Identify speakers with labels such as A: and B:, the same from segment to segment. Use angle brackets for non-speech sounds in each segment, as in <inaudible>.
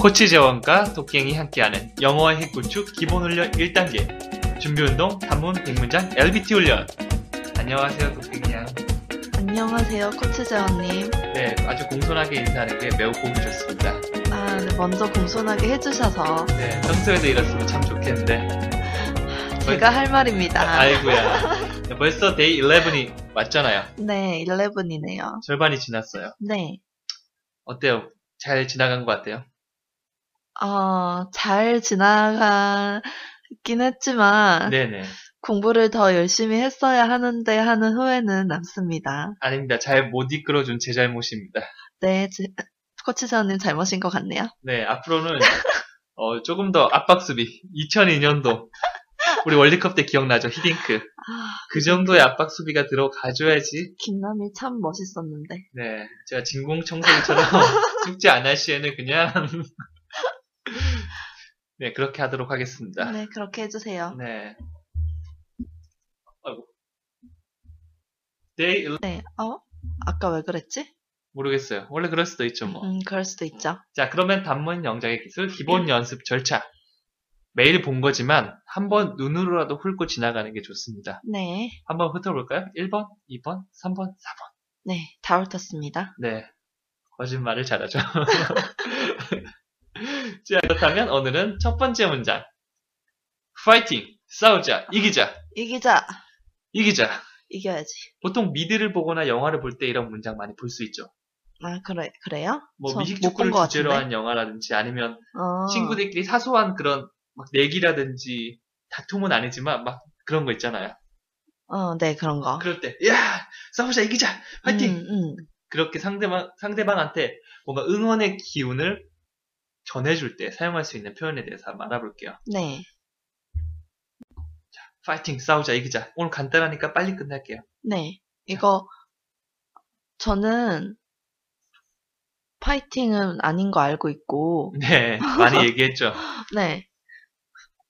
A: 코치 재원과 도깽이 함께하는 영어와 핵구축 기본 훈련 1단계 준비운동 단문 백문장 LBT 훈련 안녕하세요 도깽이 양
B: 안녕하세요, 코치 재원님.
A: 네, 아주 공손하게 인사하는 게 매우 보기 좋습니다.
B: 아, 네, 먼저 공손하게 해주셔서
A: 네, 평소에도 이랬으면 참 좋겠는데.
B: 제가 할 말입니다.
A: 아, 아이고야. 네, 벌써 데이 11이 왔잖아요.
B: 네, 11이네요.
A: 절반이 지났어요.
B: 네,
A: 어때요? 잘 지나간 것 같아요?
B: 어, 잘 지나가긴 했지만
A: 네네.
B: 공부를 더 열심히 했어야 하는데 하는 후회는 남습니다.
A: 아닙니다. 잘 못 이끌어준 제 잘못입니다.
B: 네, 제- 코치 재원님 잘못인 것 같네요. 아,
A: 네, 앞으로는 어, 조금 더 압박 수비. 2002년도 우리 월드컵 때 기억나죠? 히딩크.
B: 아,
A: 그 정도의 압박 수비가 들어가줘야지.
B: 김남이 참 멋있었는데.
A: 네, 제가 진공청소기처럼 <laughs> 숙제 안 할 시에는 그냥 <laughs> 네 그렇게 하도록 하겠습니다.
B: 네, 그렇게 해주세요.
A: 네. 아이고. 데이 일-
B: 네, 어? 아까 왜 그랬지?
A: 모르겠어요. 원래 그럴 수도 있죠 뭐.
B: 음, 그럴 수도 있죠.
A: 자, 그러면 단문 영작의 기술 기본 연습 절차. 매일 본 거지만 한번 눈으로라도 훑고 지나가는 게 좋습니다.
B: 네,
A: 한번 훑어볼까요? 1번, 2번, 3번, 4번.
B: 네, 다 훑었습니다.
A: 네. 거짓말을 잘하죠. <laughs> 자, 그렇다면 오늘은 첫 번째 문장. 파이팅! 싸우자! 이기자!
B: 이기자!
A: 이기자!
B: 이겨야지.
A: 보통 미드를 보거나 영화를 볼 때 이런 문장 많이 볼 수 있죠.
B: 아, 그래, 그래요?
A: 뭐
B: 저
A: 미식축구를
B: 못본것
A: 주제로
B: 같은데?
A: 한 영화라든지 아니면
B: 어,
A: 친구들끼리 사소한 그런 막 내기라든지 다툼은 아니지만 막 그런 거 있잖아요.
B: 어, 네, 그런 거.
A: 그럴 때, 야 싸우자 이기자 화이팅
B: 음, 음.
A: 그렇게 상대방 상대방한테 뭔가 응원의 기운을 전해줄 때 사용할 수 있는 표현에 대해서 한번 알아볼게요.
B: 네,
A: 파이팅 싸우자 이기자 오늘 간단하니까 빨리 끝낼게요.
B: 네. 이거, 저는, 파이팅은 아닌 거 알고 있고,
A: 네
B: <laughs>
A: 많이 얘기했죠.
B: 네.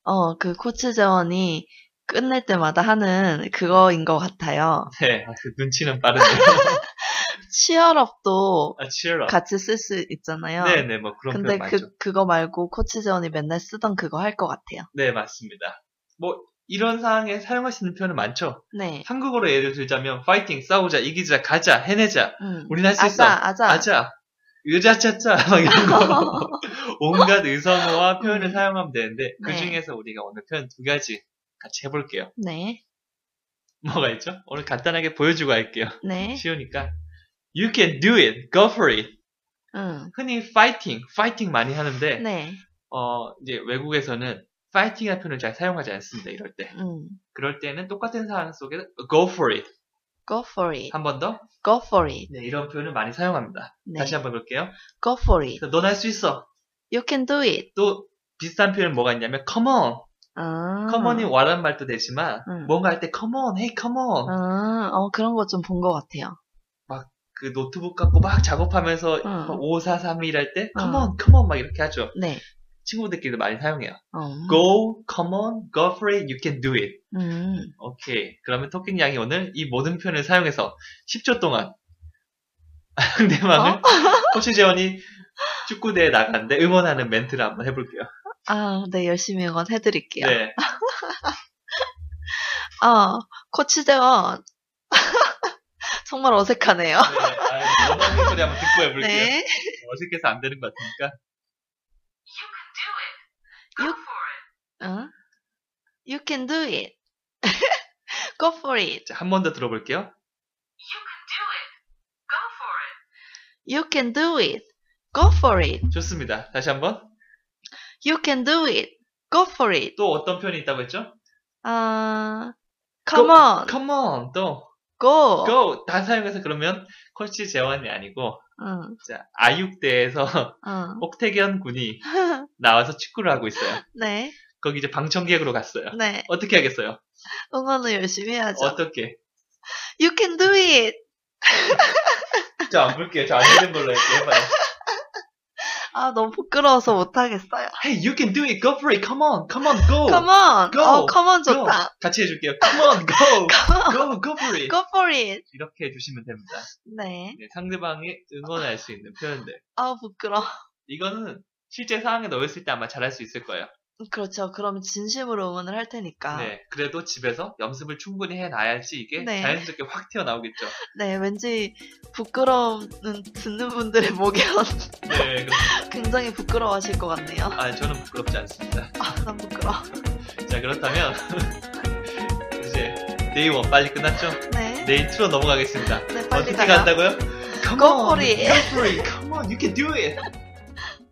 B: 어, 그 코치 재원이 끝낼 때마다 하는 그거인 것 같아요.
A: 네 아, 그 눈치는
B: <laughs>
A: 빠르네요.
B: 치얼업도
A: 아, 치열하.
B: 같이 쓸 수 있잖아요.
A: 네네 뭐 그런
B: 근데
A: 표현 많죠.
B: 그, 그거 말고 코치 재원이 맨날 쓰던 그거 할 것 같아요.
A: 네, 맞습니다. 뭐, 이런 상황에 사용할 수 있는 표현은 많죠.
B: 네.
A: 한국어로 예를 들자면, 파이팅, 싸우자, 이기자, 가자, 해내자,
B: 음.
A: 우린 할 수 있어,
B: 아자, 아자.
A: 아자, 으자차차, 막 이런
B: <laughs>
A: 거. 온갖 의성어와 표현을
B: 음.
A: 사용하면 되는데, 그
B: 네.
A: 중에서 우리가 오늘 표현 두 가지 같이 해볼게요.
B: 네,
A: 뭐가 있죠? 오늘 간단하게 보여주고 할게요.
B: 네.
A: 쉬우니까. You can do it, go for it.
B: 응.
A: 흔히 fighting, fighting 많이 하는데,
B: 네.
A: 어, 이제 외국에서는 fighting이라는 표현을 잘 사용하지 않습니다, 이럴 때.
B: 음.
A: 그럴 때는 똑같은 상황 속에 go for it
B: Go for it.
A: 한 번 더.
B: Go for it.
A: 네, 이런 표현을 많이 사용합니다.
B: 네.
A: 다시 한번 볼게요.
B: Go for it.
A: 넌 할 수 있어.
B: You can do it.
A: 또 비슷한 표현 뭐가 있냐면 come on.
B: 아.
A: come on이 와란 말도 되지만
B: 음.
A: 뭔가 할 때 come on, hey come on.
B: 아, 어, 그런 거 좀 본 것 같아요.
A: 그 노트북 갖고 막 작업하면서
B: 음.
A: 5, 4, 3, 1 할 때 come
B: 음.
A: on, come on 막 이렇게 하죠.
B: 네.
A: 친구들끼리도 많이 사용해요.
B: 어.
A: go, come on, go for it, you can do it.
B: 음.
A: 오케이. 그러면 토킹 양이 오늘 이 모든 표현을 사용해서 10초 동안 <laughs>
B: 어? <laughs>
A: 상대방을 코치 재원이 축구대에 나갔는데 응원하는 멘트를 한번 해볼게요.
B: 아, 네, 열심히 응원해드릴게요.
A: 네.
B: 어, 코치 재원. <laughs> 정말 어색하네요.
A: 네. 아, 원하는 소리 한번 듣고 해볼게요.
B: 네.
A: 어색해서 안 되는 것 같으니까.
B: 응? You can do it. <laughs> Go for it.
A: 자, 한 번 더 들어볼게요.
B: You can do it. Go for it.
A: 좋습니다. 다시 한 번.
B: You can do it. Go for it.
A: 또 어떤 표현이 있다고 했죠?
B: 아,
A: Go-
B: come on.
A: Come on. 또.
B: Go.
A: Go. 다 사용해서 그러면 코치 재원이 아니고
B: 응,
A: 자, 아육대에서 <laughs>
B: 응.
A: 옥태견 군이 나와서 축구를 하고 있어요.
B: <laughs> 네,
A: 거기 이제 방청객으로 갔어요.
B: 네.
A: 어떻게 하겠어요?
B: 응원을 열심히 해야죠.
A: 어떻게?
B: You can do it.
A: 저안 볼게요. 저 안 되는 걸로 할게요. 해봐요.
B: 아, 너무 부끄러워서 못하겠어요.
A: Hey, you can do it. Go for it. Come on. Come on. Go.
B: Come on.
A: Go.
B: 어, come on
A: Go.
B: 좋다.
A: 같이 해줄게요. Come on. Go. go. Go for it.
B: Go for it.
A: 이렇게 해주시면 됩니다.
B: 네.
A: 네, 상대방이 응원할 수 있는 표현들.
B: 아, 부끄러워. <laughs>
A: 이거는 실제 상황에 놓였을 때 아마 잘할 수 있을 거예요.
B: 그렇죠. 그럼 진심으로 응원을 할 테니까. 네.
A: 네. 그래도 집에서 연습을 충분히 해놔야지 이게
B: 네.
A: 자연스럽게 확
B: <laughs>
A: 튀어나오겠죠.
B: 왠지 부끄러움은 듣는 분들의 목연
A: 네. 그럼-
B: <laughs> 굉장히 부끄러워하실 것 같네요.
A: 아, 저는 부끄럽지 않습니다.
B: 아, 난 부끄러워.
A: 자, 그렇다면 <laughs> 이제 데이 원 빨리 끝났죠?
B: 네.
A: 데이 2로 넘어가겠습니다.
B: 네, 빨리
A: 어떻게
B: 가요.
A: 간다고요?
B: Go for it.
A: Go for it. Come on, you can do it.